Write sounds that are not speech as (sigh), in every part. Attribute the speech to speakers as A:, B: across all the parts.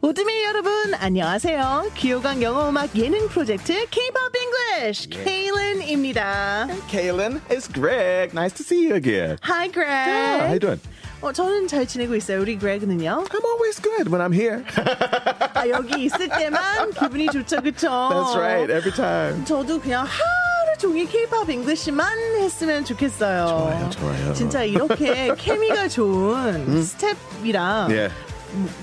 A: 오드밀 여러분 안녕하세요. 귀요강 영어 음악 예능 프로젝트 K-pop English
B: 예.
A: 케일린입니다.
B: Kaylin, it's Greg. Nice to see you again.
A: Hi Greg.
B: Yeah, how you doing?
A: 어, 저는 잘 지내고 있어요. 우리 Greg는요.
B: I'm always good when I'm here.
A: 아, 여기 있을
B: (laughs)
A: 때만 기분이 좋죠, 그쵸?
B: That's right, every time.
A: 저도 그냥 하루 종일 K-pop English만 했으면 좋겠어요.
B: 좋아요, 좋아요.
A: 진짜 이렇게
B: (laughs)
A: 케미가 좋은 스텝이랑
B: Yeah.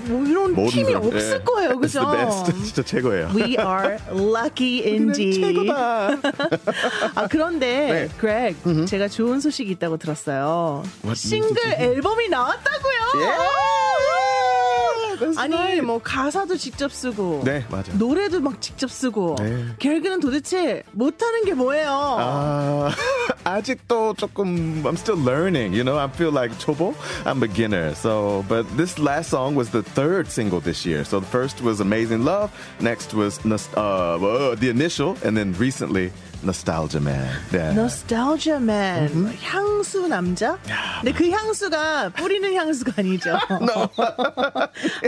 A: 뭐 이런
B: 예. 모든
A: 팀이
B: 사람,
A: 없을
B: yeah.
A: 거예요,
B: It's
A: 그죠?
B: the best. (laughs) 진짜 최고예요.
A: We are lucky indeed.
B: 최고다.
A: 아 그런데
B: 네.
A: Greg, 제가 좋은 소식이 있다고 들었어요.
B: What
A: 싱글
B: news did 예.
A: 앨범이 나왔다고요. (laughs)
B: Yeah, that's
A: 아니
B: right.
A: 뭐 가사도 직접 쓰고
B: 네, 맞아요.
A: 노래도 막 직접 쓰고
B: 네.
A: 결국은 도대체 못하는 게 뭐예요?
B: (laughs) 아, 아직도 Uh, 조금 I'm still learning, you know. I feel like 초보, I'm beginner. So, but this last song was the third single this year. So the first was Amazing Love, next was Nos- uh, uh, the initial, and then recently Nostalgia Man. Yeah.
A: Nostalgia Man 향수 남자? 근데 그 향수가 뿌리는 향수가
B: (laughs)
A: 아니죠.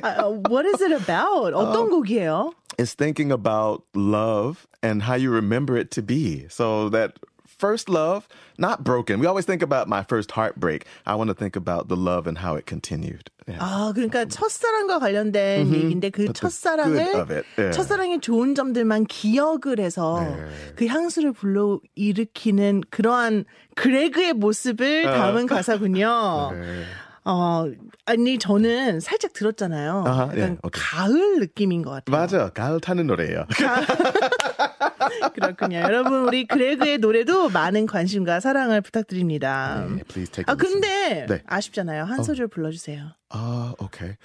A: 아, 어, what is it about? 어떤 곡이에요?
B: is thinking about love and how you remember it to be. So that first love, not broken. We always think about my first heartbreak. I want to think about the love and how it continued. Yeah.
A: 아,
B: 음.
A: 그러니까 첫사랑과 관련된 얘기인데 그
B: good
A: 첫사랑을
B: of it. 예. 네.
A: 첫사랑의 좋은 점들만 기억을 해서 그 향수를 불러 일으키는 그러한 그레그의 모습을
B: 아.
A: 담은 가사군요.
B: (laughs) 네.
A: 어, 아니 저는 살짝 들었잖아요.
B: 아하,
A: 약간
B: 예, 어때요?
A: 가을 느낌인 것
B: (laughs)
A: 같아요.
B: 맞아. 가을 타는 노래예요.
A: 그렇군요. 여러분 우리 그레그의 노래도 많은 관심과 사랑을 부탁드립니다.
B: 네, please take a
A: 아 근데
B: listen. 네.
A: 아쉽잖아요. 한 소절 불러주세요.
B: Ah, okay.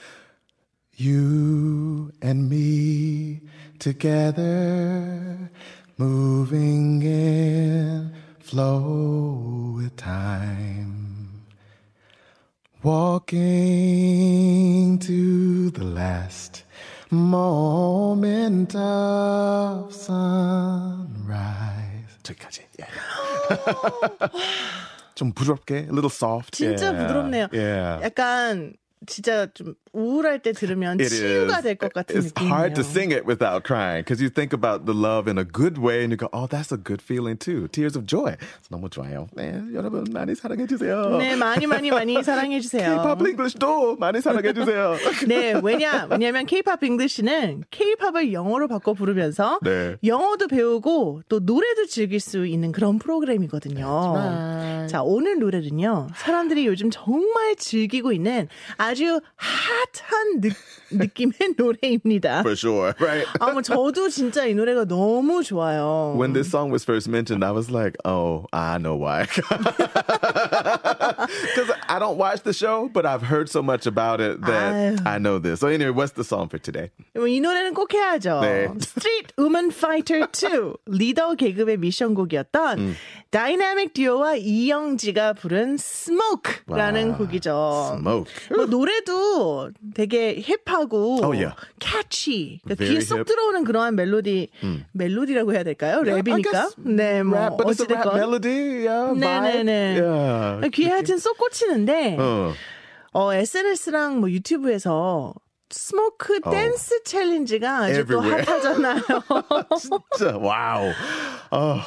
B: You and me together, moving in flow with time, walking to the last moment of sunrise. 저기까지. Yeah. (laughs) 좀 부드럽게, a little soft.
A: 진짜
B: yeah.
A: 부드럽네요.
B: Yeah.
A: 약간 진짜 좀 우울할 때 들으면
B: It
A: 치유가
B: is.
A: 될 것 같은
B: It's hard to
A: 느낌이에요.
B: sing it without crying because you think about the love in a good way and you go, oh, that's a good feeling too. Tears of joy. 너무 좋아요. 네, 여러분 많이 사랑해 주세요.
A: 네, 많이 많이 많이 사랑해 주세요.
B: K-pop English도 많이 사랑해 주세요.
A: 네, 왜냐? 왜냐면 K-pop 잉글리시는 K-pop을 영어로 바꿔 부르면서
B: 네.
A: 영어도 배우고 또 노래도 즐길 수 있는 그런 프로그램이거든요. 자, 오늘 노래는요. 사람들이 요즘 정말 즐기고 있는 아주 핫한 느, 느낌의 (laughs) 노래입니다.
B: (laughs) For sure, right?
A: 아, 뭐 저도 진짜 이 노래가 너무 좋아요.
B: When this song was first mentioned, I was like, oh, I know why. (laughs) Because I don't watch the show, but I've heard so much about it that
A: Ayo.
B: I know this. So, anyway, what's the song for today?
A: 여러분, 뭐 이 노래는 꼭 해야죠.
B: 네.
A: Street Woman Fighter 2 리더 계급의 미션곡이었던
B: 음.
A: 다이나믹 듀오와 이영지가 부른 Smoke라는
B: 와,
A: 곡이죠.
B: Smoke.
A: 뭐 노래도 되게 힙하고
B: Oh, yeah.
A: catchy. 그러니까
B: Very
A: 귀에 쏙
B: hip. 음.
A: 들어오는 그러한 멜로디 멜로디라고 해야 될까요?
B: I
A: 랩이니까.
B: guess
A: 네, 뭐
B: rap, but it's a rap
A: 어찌됐건
B: melody, yeah, vibe.
A: 네네네.
B: Yeah.
A: 귀에 하여튼 쏙 꽂히는데
B: 어.
A: 어, SNS랑 뭐 유튜브에서 스모크 댄스 챌린지가 아주 또
B: Oh. Everywhere.
A: 핫하잖아요.
B: (laughs) 진짜, 와우. 어.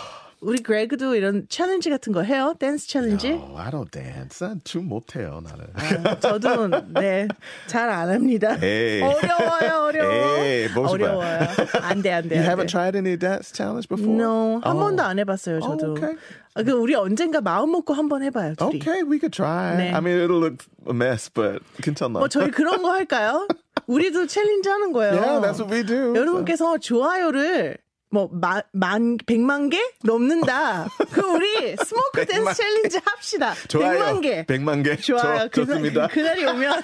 A: 우리 그레그도 이런 챌린지 같은 거 해요? 댄스 챌린지? 아,
B: Oh, I don't dance. 난춤 못해요, 나는.
A: 저도 네, 잘 안 합니다.
B: 에이.
A: 어려워요, 어려워.
B: 에이, 보지 마.
A: 어려워요. 안 돼, 안 돼.
B: 뭐 You
A: 안 돼.
B: haven't tried any dance challenge before?
A: No, 한
B: Oh.
A: 번도 안 해봤어요, 저도.
B: okay.
A: 아, 그 우리 언젠가 마음 먹고 한 번 해봐요, 둘이.
B: Okay, we could try.
A: 네.
B: I mean, it'll look a mess, but you can tell
A: 뭐
B: not.
A: 저희 그런 거 할까요? 우리도 챌린지 하는 거예요.
B: Yeah, that's what we do.
A: 여러분께서 좋아요를 뭐만 백만 개 넘는다. 그 우리
B: (laughs)
A: 스모크 댄스 챌린지 합시다. 백만
B: 좋아요.
A: 개.
B: 100만 개.
A: 좋아요.
B: 좋- 좋습니다.
A: (laughs) 그, 날이 오면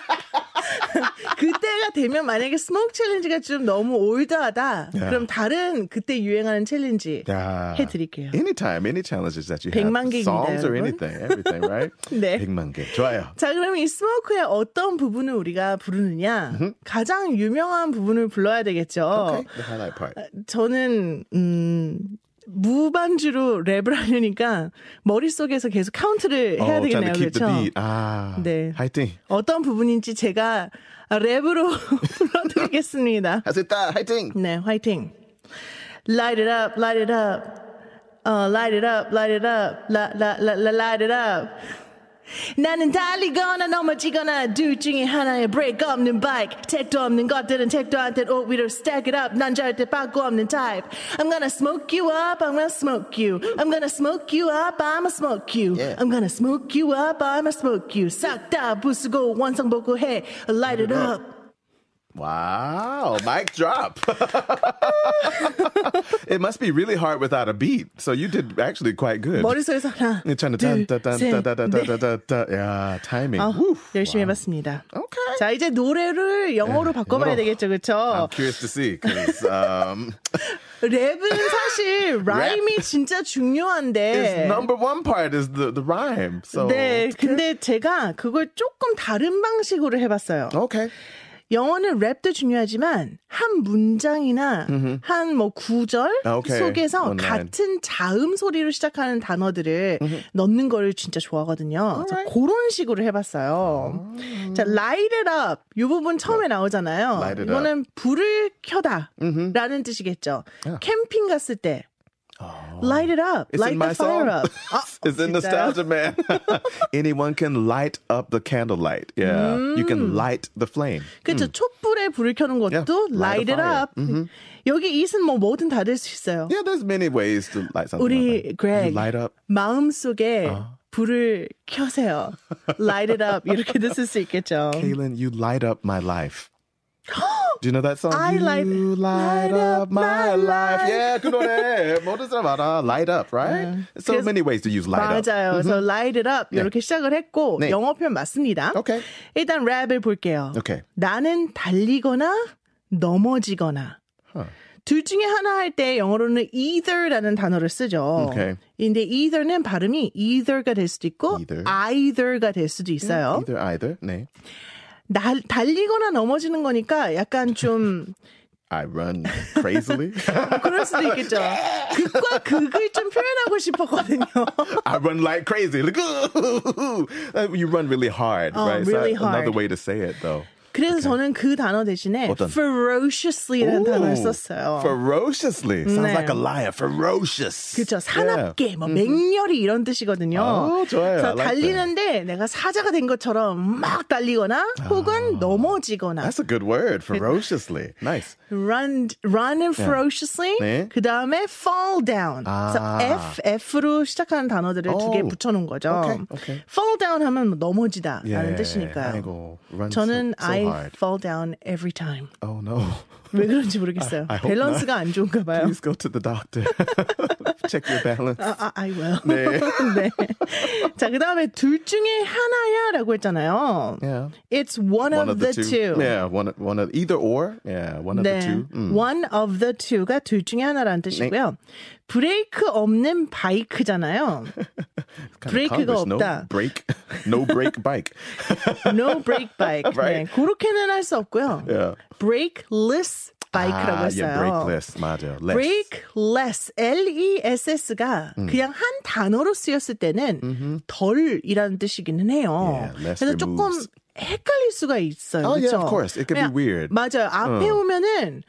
A: 그때가 되면 만약에 스모크 챌린지가 좀 너무 올드하다.
B: 야.
A: 그럼 다른 그때 유행하는 챌린지
B: Yeah.
A: 해드릴게요.
B: Anytime, any challenges that you
A: 백만
B: have,
A: 개입니다,
B: songs or
A: 여러분.
B: anything, everything, right?
A: (laughs) 네.
B: 100만 개. 좋아요.
A: 자, 그럼 이 스모크의 어떤 부분을 우리가 부르느냐? 가장 유명한 부분을 불러야 되겠죠.
B: Okay, the highlight part.
A: 저는 음 무반주로 랩을 하려니까 머릿속에서 계속 카운트를 해야
B: oh,
A: 되겠네요.
B: trying to keep
A: 그렇죠?
B: the beat. Ah.
A: 네.
B: 화이팅.
A: (laughs) 어떤 부분인지 제가 랩으로 알겠습니다.
B: 할 수 있다. 화이팅.
A: 네, 화이팅. Light it up, light it up. Uh, light it up, light it up. La, la, la, la, light it up. 나는 달리거나 넘어지거나 둘 중에 하나의 브레이크 없는 바이크 택도 없는 것들은 택도 안된 옷 위로 oh, stack it up 난 절대 빠꾸 없는 type I'm gonna smoke you up I'm gonna smoke you I'm gonna smoke you up I'ma smoke you
B: Yeah.
A: I'm gonna smoke you up I'ma smoke you 싹 다 부수고 원상복구해 Light it up
B: Wow, mic drop. (laughs) it must be really hard without a beat. So you did actually quite good.
A: 머릿속에서 하나
B: You're trying to
A: 둘,
B: dun, dun, dun,
A: 셋,
B: dun, dun, dun,
A: 넷.
B: dun, dun, dun. Yeah, timing.
A: 아,
B: Woo.
A: 열심히 해봤습니다.
B: Okay.
A: 자 이제 노래를 영어로 바꿔봐야
B: 네, 영어로. 아.
A: 되겠죠,
B: I'm
A: 그렇죠?
B: curious to see 'cause, um,
A: (laughs) 랩은
B: (laughs)
A: 사실 라임이 진짜
B: it's
A: 중요한데.
B: number one part is the, the rhyme. So
A: 네, 근데 제가 그걸 조금 다른 방식으로 해봤어요.
B: okay,
A: 영어는 랩도 중요하지만 한 문장이나 한 뭐 구절
B: 아, 오케이.
A: 속에서
B: One line.
A: 같은 자음 소리로 시작하는 단어들을 넣는 거를 진짜 좋아하거든요. 그래서 그런 식으로 해봤어요. 자, light it up 이 부분 처음에 나오잖아요.
B: 아. 네. Light it up. 아.
A: 이거는 불을 켜다라는 뜻이겠죠. 캠핑 갔을 때 light it up,
B: it's
A: light
B: in
A: the
B: my
A: fire
B: song.
A: up. Uh, 아,
B: (laughs) it's in
A: 진짜요?
B: nostalgia, man. (laughs) Anyone can light up the candlelight. Yeah,
A: Mm.
B: you can light the flame.
A: 그렇죠. 촛불에 불을 켜는 것도
B: 음. Yeah,
A: light
B: light
A: it
B: a fire.
A: up. 여기 이은 뭐 뭐든 다 될 수 있어요.
B: Yeah, there's many ways to light something. up.
A: 우리
B: 아, You
A: Greg
B: light up. 아.
A: 마음속에 불을 켜세요. light it up 이렇게도 쓸 수
B: (laughs)
A: 있겠죠.
B: Kaylin, you light up my (gasps) life. Do you know that song?
A: I
B: you
A: light-
B: light up my life. Yeah, good on it. 모든 사람 알아. Light up, right? so
A: 그래서-
B: many ways to use light up.
A: 맞아요. 그래서 light it up 이렇게 시작을 했고
B: 네.
A: 영어 표현 맞습니다.
B: 오케이.
A: 일단 랩을 볼게요.
B: 오케이.
A: 나는 달리거나 넘어지거나
B: Huh.
A: 둘 중에 하나 할 때 영어로는 either라는 단어를 쓰죠.
B: 오케이.
A: 근데 either는 발음이 either가 될 수도 있고
B: Either.
A: either. 가될 수도 있어요.
B: Either, either. 네.
A: 날- 달리거나 넘어지는 거니까 약간 좀
B: I run (laughs) crazily.
A: 그럴 수도 있겠죠. 극과 극을 좀 표현하고 싶었거든요.
B: I run like crazy. Like, ooh, Uh, you run really hard,
A: Oh,
B: right?
A: really
B: so another
A: hard.
B: way to say it, though.
A: 그래서 저는 그 단어 대신에
B: 어떤?
A: ferociously라는 단어를 썼어요.
B: ferociously. Sounds
A: 네.
B: like a lion. Ferocious.
A: 그렇죠.
B: Yeah.
A: 사납게, 뭐 맹렬히 이런 뜻이거든요.
B: 예. 음. 아, 좋아요.
A: 그래서
B: I like
A: 달리는데 내가 사자가 된 것처럼 막 달리거나 혹은 넘어지거나
B: 아. That's a good word. Ferociously. Nice.
A: run, run and ferociously.
B: 예. 네.
A: 그 다음에 fall down.
B: 아.
A: 그래서 F, F로 시작하는 단어들을 두 개
B: 오.
A: 붙여놓은 거죠.
B: 오케이, 오케이. 예.
A: fall down 하면 뭐 넘어지다라는
B: Yeah.
A: 뜻이니까요.
B: 아이고, run so-
A: 저는
B: so
A: I
B: hard.
A: fall down every time. (laughs)
B: Oh no.
A: 왜 그런지 모르겠어요.
B: (laughs) I hope
A: 밸런스가 안 좋은가 봐요.
B: Please go to the doctor. (laughs) Check your balance.
A: 아, 아, I will.
B: 네.
A: (laughs) 네. 자, 그 다음에 둘 중에 하나야 라고 했잖아요.
B: yeah.
A: It's one,
B: One
A: of, the, two.
B: Yeah, one one of either or. Yeah, one of
A: 네.
B: the two. 네. Mm.
A: One of the two가 둘 중에 하나라는 뜻이고요. 브레이크 없는 바이크잖아요.
B: Kinda
A: 브레이크가
B: Congress, No
A: 없다.
B: break. No
A: (laughs)
B: break bike.
A: No
B: (laughs)
A: brake bike.
B: Right.
A: 네, 그렇게는 할 수 없고요.
B: Yeah.
A: Brakeless bike라고
B: ah,
A: 했어요.
B: yeah, breakless. 맞아. Less.
A: breakless, L-E-S-S가 E
B: 음.
A: 그냥 한 단어로 쓰였을 때는 덜이라는 뜻이기는 해요.
B: Yeah, less
A: 그래서 조금
B: removes.
A: 헷갈릴 수가 있어요.
B: Oh, yeah,
A: 그렇죠?
B: of course. It can be
A: 그냥-
B: weird. 어.
A: 맞아요. 앞에 오면은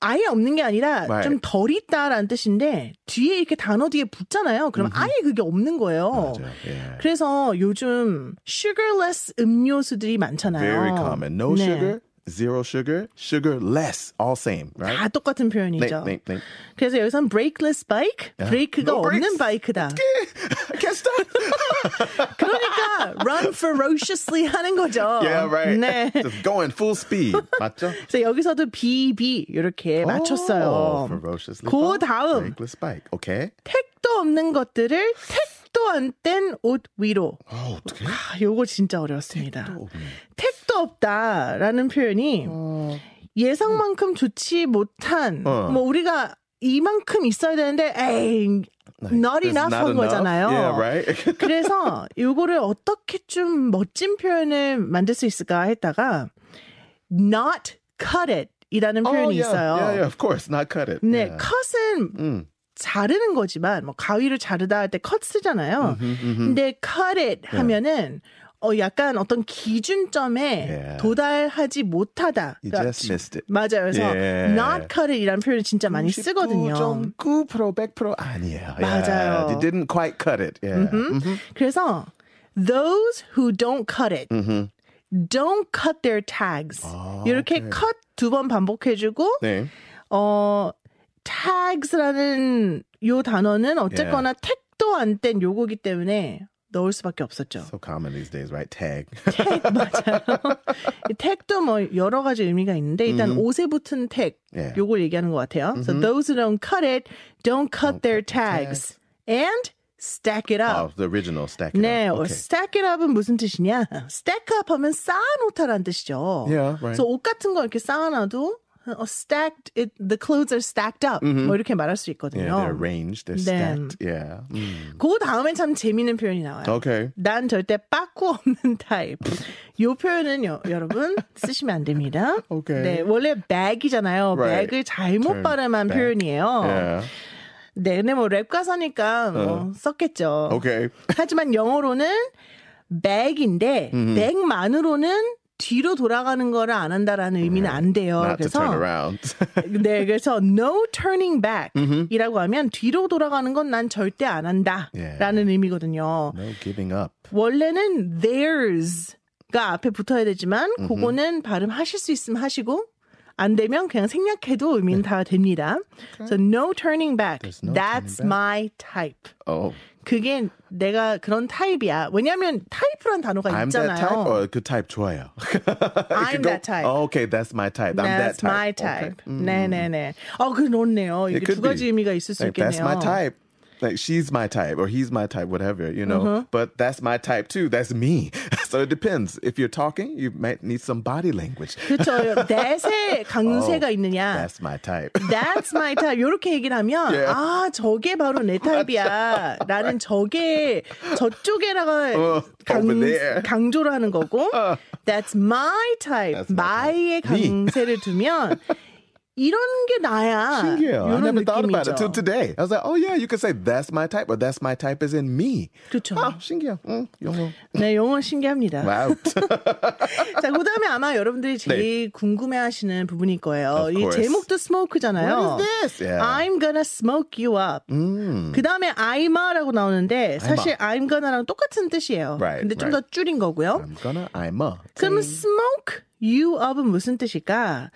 A: 아예 없는 게 아니라
B: Right.
A: 좀 덜 있다라는 뜻인데 뒤에 이렇게 단어 뒤에 붙잖아요. 그럼 아예 그게 없는 거예요.
B: 맞아요. Yeah.
A: 그래서 요즘 sugarless 음료수들이 많잖아요.
B: Very common. No
A: 네.
B: sugar, zero sugar, sugar less. All same, right?
A: 다 똑같은
B: Nate,
A: 표현이죠.
B: Nate, Nate.
A: 그래서 여기선 breakless bike, 브레이크가
B: No brakes.
A: 없는 바이크다.
B: (laughs) I can't stop.
A: 그러니까 run ferociously 하는 거죠.
B: yeah, right.
A: 네.
B: Just going full speed. 맞죠?
A: 그래서 여기서도 BB 이렇게
B: Oh,
A: 맞췄어요.
B: ferociously.
A: 그
B: fast,
A: 다음
B: Breakless bike. Okay.
A: 택도 없는 것들을 택도 안 뗀 옷 위로.
B: Oh, 어떡해?
A: 아, 요거 진짜 어려웠습니다. 택도, 없다라는 표현이 예상만큼 좋지 못한
B: 어.
A: 뭐 우리가 이만큼 있어야 되는데 에이 not
B: There's
A: enough 한
B: enough.
A: 거잖아요.
B: Yeah, right?
A: 그래서 요거를 어떻게 좀 멋진 표현을 만들 수 있을까 했다가 not cut it 이라는
B: (laughs) oh,
A: 표현이
B: yeah.
A: 있어요.
B: Yeah, yeah, of course. Not cut it.
A: 네,
B: Yeah.
A: cut은
B: 음.
A: 자르는
B: 음. Mm-hmm. 네.
A: 거지만 뭐 가위를 자르다 할 때 cut 쓰잖아요. 근데 cut it 하면은 어 약간 어떤 기준점에
B: Yeah.
A: 도달하지 못하다.
B: You
A: 그러니까
B: just 예. missed 예. it.
A: 맞아요. 그래서
B: Yeah.
A: not cut it이라는 표현을 진짜 많이 쓰거든요.
B: 99.9% 100% 아니에요.
A: 맞아요. Mm-hmm.
B: Yeah, you didn't quite cut it. Yeah. Mm-hmm.
A: 그래서 those who don't cut it
B: Mm-hmm.
A: don't cut their tags. 이렇게 cut 두 번 반복해주고
B: 네.
A: 어 tags라는 요 단어는 어쨌거나 택도 안 뗀 요거기 때문에 넣을 수밖에 없었죠.
B: So common these days, right?
A: (laughs)
B: Tag.
A: 이 택도 뭐 여러 가지 의미가 있는데 일단 옷에 붙은 택
B: 예.
A: 요걸 얘기하는 것 같아요. So those who don't cut it 음. don't cut their tags Ah, and stack it up.
B: Oh, the original stack. it
A: 네,
B: up.
A: or
B: Okay.
A: stack it up은 무슨 뜻이냐? (laughs) stack up 하면 쌓아놓다라는 뜻이죠.
B: Yeah, right.
A: 그래서 옷 같은 거 이렇게 쌓아놔도 어, stacked, it, the clothes are stacked up 뭐 이렇게 말할 수 있거든요.
B: Yeah, they're arranged. They're
A: Then-
B: stacked. Yeah. Mm.
A: 그 다음에 참 재미있는 표현이 나와요.
B: Okay.
A: 난 절대 빠꾸 없는 타입. 요 표현은 요, 여러분 쓰시면 안 됩니다.
B: 오케이.
A: 네, 원래 bag이잖아요.
B: Right.
A: bag을 잘못
B: Turn
A: 발음한
B: back.
A: 표현이에요.
B: Yeah. 어.
A: 네, 근데 뭐 랩 가사니까 뭐 썼겠죠.
B: Okay.
A: 하지만 영어로는 bag인데 bag만으로는 뒤로 돌아가는 거를 안 한다라는 의미는 안 돼요.
B: Not to
A: 그래서
B: turn around.
A: 네, 그래서 no turning back이라고 하면 뒤로 돌아가는 건 난 절대 안
B: 예.
A: 한다라는 의미거든요.
B: no giving up.
A: 원래는 theirs가 앞에 붙어야 되지만 그거는 발음하실 수 있으면 하시고 안 되면 그냥 생략해도 의미는 다 됩니다. So no turning back.
B: 네. no
A: That's
B: turning back.
A: my type.
B: Oh,
A: 그게 내가 그런 타입이야. 왜냐하면 타입이란 단어가
B: I'm that
A: 있잖아요.
B: type, or good type 좋아요.
A: I'm (laughs) that type.
B: (laughs) Oh, okay, that's my type. I'm that
A: That's
B: type.
A: my
B: Okay. Mm.
A: type. 네네네. 어, 그렇네요.
B: It
A: 이게
B: could
A: 두 가지
B: be.
A: 의미가 있을 수
B: Like,
A: 있겠네요.
B: that's my type. Like she's my type or he's my type, whatever, you know.
A: Mm-hmm.
B: But that's my type too. That's me. (laughs) so it depends. If you're talking, you might need some body language. (laughs)
A: 그렇죠. that의 강세가 있느냐.
B: Oh, That's my type. (laughs)
A: That's my type. 이렇게 얘기를 하면
B: Yeah.
A: 아 저게 바로
B: (laughs)
A: 내 타입이야. 나는 저게 저쪽에다가
B: (laughs) 어, over there. 어.
A: 강조를 하는
B: (laughs)
A: 거고 That's my type.
B: That's my
A: my 의
B: type. Me.
A: 강세를
B: (laughs)
A: 두면 이런 게 나야.
B: Yeah, I
A: 이런
B: never thought about it till (laughs)
A: 느낌이죠.
B: today. I was like, oh yeah, you could say that's my type or that's my type is in me.
A: 그렇죠.
B: Ah, 신기해요. 음,
A: (laughs)
B: 영어.
A: 네, 영어 신기합니다.
B: Wow. (laughs)
A: 자, 그다음에 아마 여러분들이 제일 궁금해하시는 부분일 거예요.
B: 네. Of
A: 이
B: course.
A: 제목도 smoke잖아요.
B: What is this? Yeah. Hmm.
A: I'm gonna smoke you up. 그다음에 I'ma라고 나오는데 사실 I'm gonna랑 똑같은 뜻이에요.
B: Right,
A: 근데 좀 더
B: right.
A: 줄인 거고요.
B: I'm gonna, I'm a.
A: 그럼 smoke you up은 무슨 뜻일까?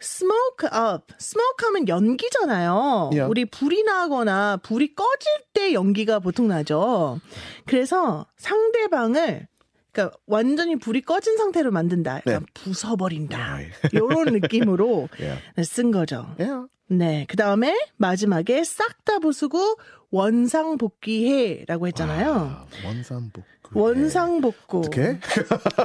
A: smoke up. smoke 하면 연기잖아요.
B: Yeah.
A: 우리 불이 나거나 불이 꺼질 때 연기가 보통 나죠. 그래서 상대방을 그러니까 완전히 불이 꺼진 상태로 만든다. 약간
B: 아,
A: 부숴버린다.
B: 예.
A: 이런 느낌으로 네,
B: Yeah.
A: 쓴 거죠.
B: Yeah.
A: 네. 그 다음에 마지막에 싹 다 부수고 원상복귀해라고 했잖아요.
B: 아, 원상복구.
A: 원상복구.
B: 어떻게?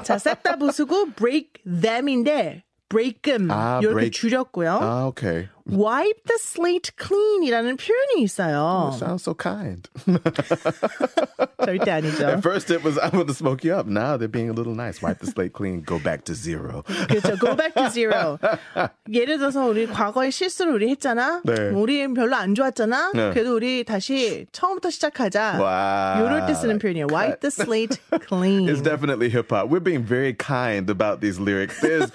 A: 자, 싹 다 부수고 break them인데 break them
B: 아,
A: 이렇게
B: break.
A: 줄였고요.
B: 아, Ah, okay.
A: wipe the slate clean이라는 표현이
B: (laughs)
A: 있어요.
B: Sounds so kind.
A: 절대 아니죠.
B: At first, it was I'm going to smoke you up. Now they're being a little nice. Wipe the slate clean. Go back to zero.
A: 그렇죠. Go back to zero.
B: (laughs)
A: 예를 들어서 우리 과거에 실수를 우리 했잖아.
B: 네.
A: 우리 별로 안 좋았잖아.
B: 네.
A: 그래도 우리 다시 처음부터 시작하자.
B: Wow.
A: 이럴 때 쓰는 표현이에요. Wipe the slate
B: (laughs)
A: clean.
B: It's definitely hip hop. We're being very kind about these lyrics.
A: (laughs)
B: There's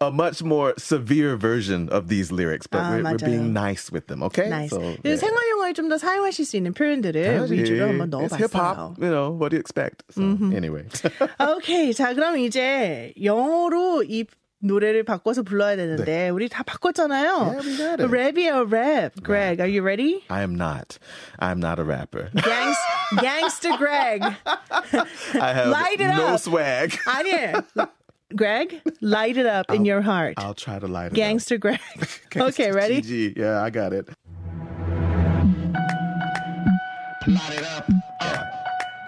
B: a much more severe version of these lyrics, but
A: Ah,
B: we're, we're
A: 맞아요.
B: being nice with them. Okay.
A: nice.
B: So,
A: 그래서 생활 용어에 좀 더 사용하실 수 있는 표현들을 위주로 한번
B: It's hip
A: 넣어봤어요.
B: hop, you know. What do you expect? So,
A: Mm-hmm.
B: anyway, (laughs)
A: 오케이. 자, 그럼 이제 영어로 이 노래를 바꿔서 불러야 되는데 우리 다 바꿨잖아요.
B: 네. Yeah, we got it. 네.
A: 랩이에요, 랩. Greg, are you ready?
B: I am not. I'm not a rapper.
A: Gangs, gangster Greg.
B: (laughs) I have
A: Light it
B: no
A: up.
B: swag. (laughs)
A: 아니에요. Greg, light it up in your heart.
B: I'll try to light it up.
A: Gangster
B: (laughs)
A: Greg. okay, ready?
B: GG. Yeah, I got it.
C: Light it up. Uh,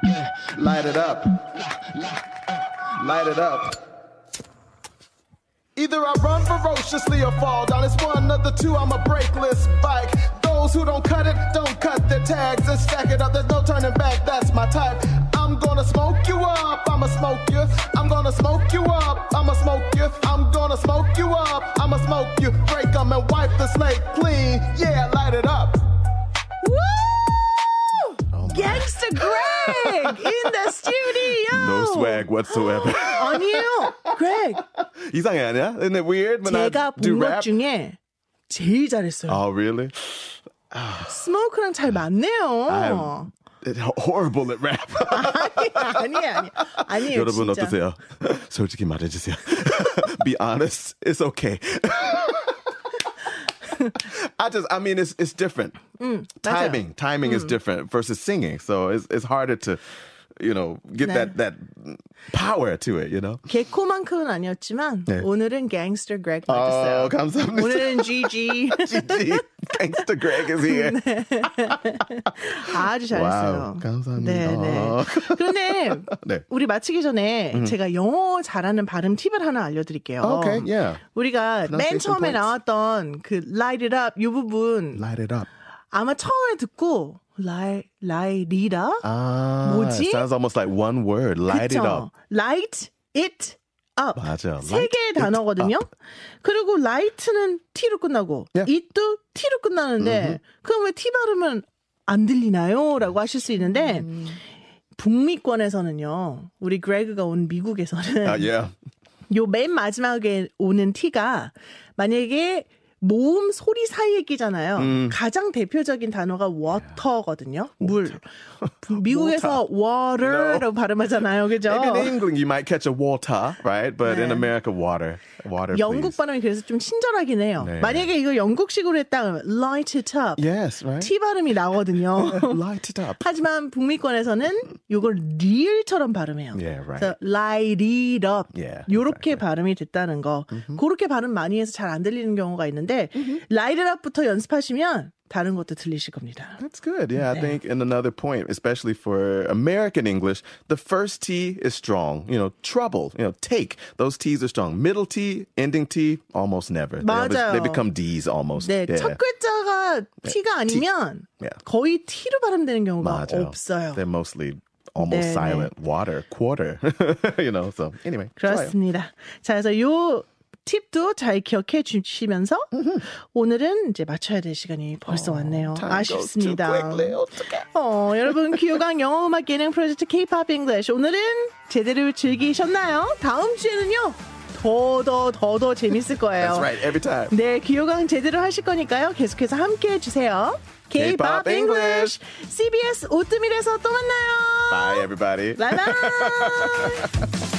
C: yeah.
B: Light it up. Light it up. Either I run ferociously or fall down. It's one of the two. I'm a breakless bike. Those who don't cut it, don't cut their tags and stack it up. There's no turning back. That's my type. I'm gonna smoke you up. I'ma smoke you. I'm gonna smoke you up. I'ma smoke you. I'm gonna smoke you up. I'ma smoke you. Break 'em and wipe the slate clean. Yeah, light it up.
A: Woo!
B: Oh
A: Gangster Greg in the studio.
B: whatsoever.
A: 아니에요, Greg.
B: 이상해 아니야? Isn't it weird when I
A: 제가
B: do
A: 본 것
B: rap?
A: 중에 제일 잘했어요.
B: Oh really?
A: 스모크랑 잘 맞네요.
B: I'm horrible at rap.
A: 아니 아니 아니에요.
B: (laughs) 여러분
A: 진짜.
B: 어떠세요? 솔직히 말해주세요. (laughs) Be honest, it's okay. (laughs) I just, I mean, it's it's different. timing, timing is different versus singing, so it's it's harder to, you know, get
A: 네.
B: that that power to it. You know.
A: 개코만큼은 아니었지만
B: 네.
A: 오늘은 갱스터 그렉 맞았어요.
B: 어, 감사합니다. (laughs)
A: 오늘은 GG
B: GG. Gangsta Greg is
A: (laughs)
B: here.
A: 아주 잘했어요. 네,
B: 와우, 감사합니다.
A: 그런데
B: 네.
A: 우리 마치기 전에 제가 영어 잘하는 발음 팁을 하나 알려드릴게요.
B: 음. Okay, yeah.
A: 우리가 맨
B: Pronunciation
A: 처음에
B: points.
A: 나왔던 그 light it up 이 부분
B: Light it up.
A: 아마 처음에 듣고 라이 라이리다
B: Ah,
A: 뭐지?
B: it sounds almost like one word. Light it
A: 그쵸?
B: up.
A: light it up
B: 맞아.
A: 세
B: Light
A: 개의
B: it
A: 단어거든요. 그리고 light는 t로 끝나고
B: Yeah.
A: it도 t로 끝나는데 그럼 왜 t 발음은 안 들리나요?라고 하실 수 있는데 북미권에서는요. 우리 그레그가 온 미국에서는
B: Uh, yeah.
A: (laughs) 요 맨 마지막에 오는 t가 만약에 모음 소리 사이에 끼잖아요. 가장 대표적인 단어가 water거든요. 물. 미국에서 water라고 발음하잖아요. 그죠?
B: Maybe in England you might catch a water, right? But in
A: 네.
B: America, water, water.
A: 영국
B: please.
A: 발음이 그래서 좀 친절하긴 해요.
B: 네. 예?
A: 만약에 이거 영국식으로 했다 그러면 light it up.
B: Yes, right.
A: T 발음이 나거든요. (laughs)
B: Light it up.
A: 하지만 북미권에서는 이걸 real처럼 발음해요.
B: Yeah, 예, right.
A: 그래서
B: 예,
A: light it up.
B: Yeah,
A: 요렇게 발음이 됐다는 거. 그렇게 발음 많이 해서 잘 안 들리는 경우가 있는데 light it up부터 연습하시면 다른 것도 들리실 겁니다.
B: That's good. Yeah, I think in another point, especially for American English, the first T is strong. You know, trouble. You know, take. Those T's are strong. Middle T, ending T, almost never. They, always-
A: 맞아요.
B: they become D's almost.
A: 네,
B: Yeah.
A: 첫 글자가 T가 아니면
B: Yeah.
A: 거의 T로 발음되는 경우가
B: 네. 예. 맞아요.
A: 없어요.
B: They're mostly almost
A: 네, 네.
B: silent. Water, quarter. (laughs) you know. So anyway, 좋아요.
A: 그렇습니다. 자, 그래서 요 팁도 잘 기억해 주시면서 오늘은 이제 맞춰야 될 시간이 벌써 왔네요.
B: 어, Time goes too
A: 아쉽습니다.
B: quickly. 어떡해.
A: 어, 여러분 귀요강 영어 음악 예능 프로젝트 K-pop English 오늘은 제대로 즐기셨나요? 다음 주에는요. 더 더 더 더 재밌을 거예요.
B: That's right. Every time.
A: 네, 귀요강 제대로 하실 거니까요. 계속해서 함께 해 주세요. K-pop
B: K-pop
A: English
B: English.
A: CBS 오뜨밀에서 또 만나요.
B: Bye, everybody.
A: 바이바이.